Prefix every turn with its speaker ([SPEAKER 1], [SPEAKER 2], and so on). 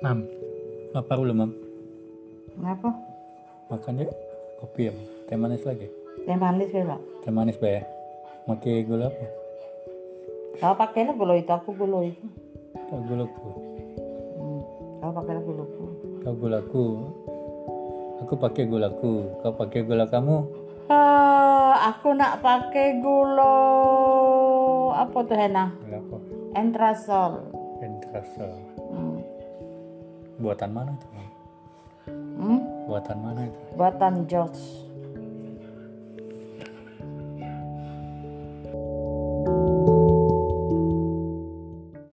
[SPEAKER 1] Ma'am, maparulo ma'am.
[SPEAKER 2] Kenapa?
[SPEAKER 1] Makan yuk. Kopi ya, Ma'am. teh manis lagi.
[SPEAKER 2] Teh manis ya, Pak.
[SPEAKER 1] Teh manis ba ya? Maki gula apa?
[SPEAKER 2] Kalau pakainya gula itu, aku gula itu.
[SPEAKER 1] Kau gula ku.
[SPEAKER 2] Hmm. Kalau pakainya gula itu.
[SPEAKER 1] Kau gula ku. Aku pakai gula ku. Kau pakai gula kamu.
[SPEAKER 2] Eh, aku nak pakai gula apa tuh enak?
[SPEAKER 1] Gula apa?
[SPEAKER 2] Entrasol.
[SPEAKER 1] Entrasol.
[SPEAKER 2] Hmm.
[SPEAKER 1] Buatan mana itu? Ma'am?
[SPEAKER 2] Hmm?
[SPEAKER 1] Buatan mana itu?
[SPEAKER 2] Buatan George.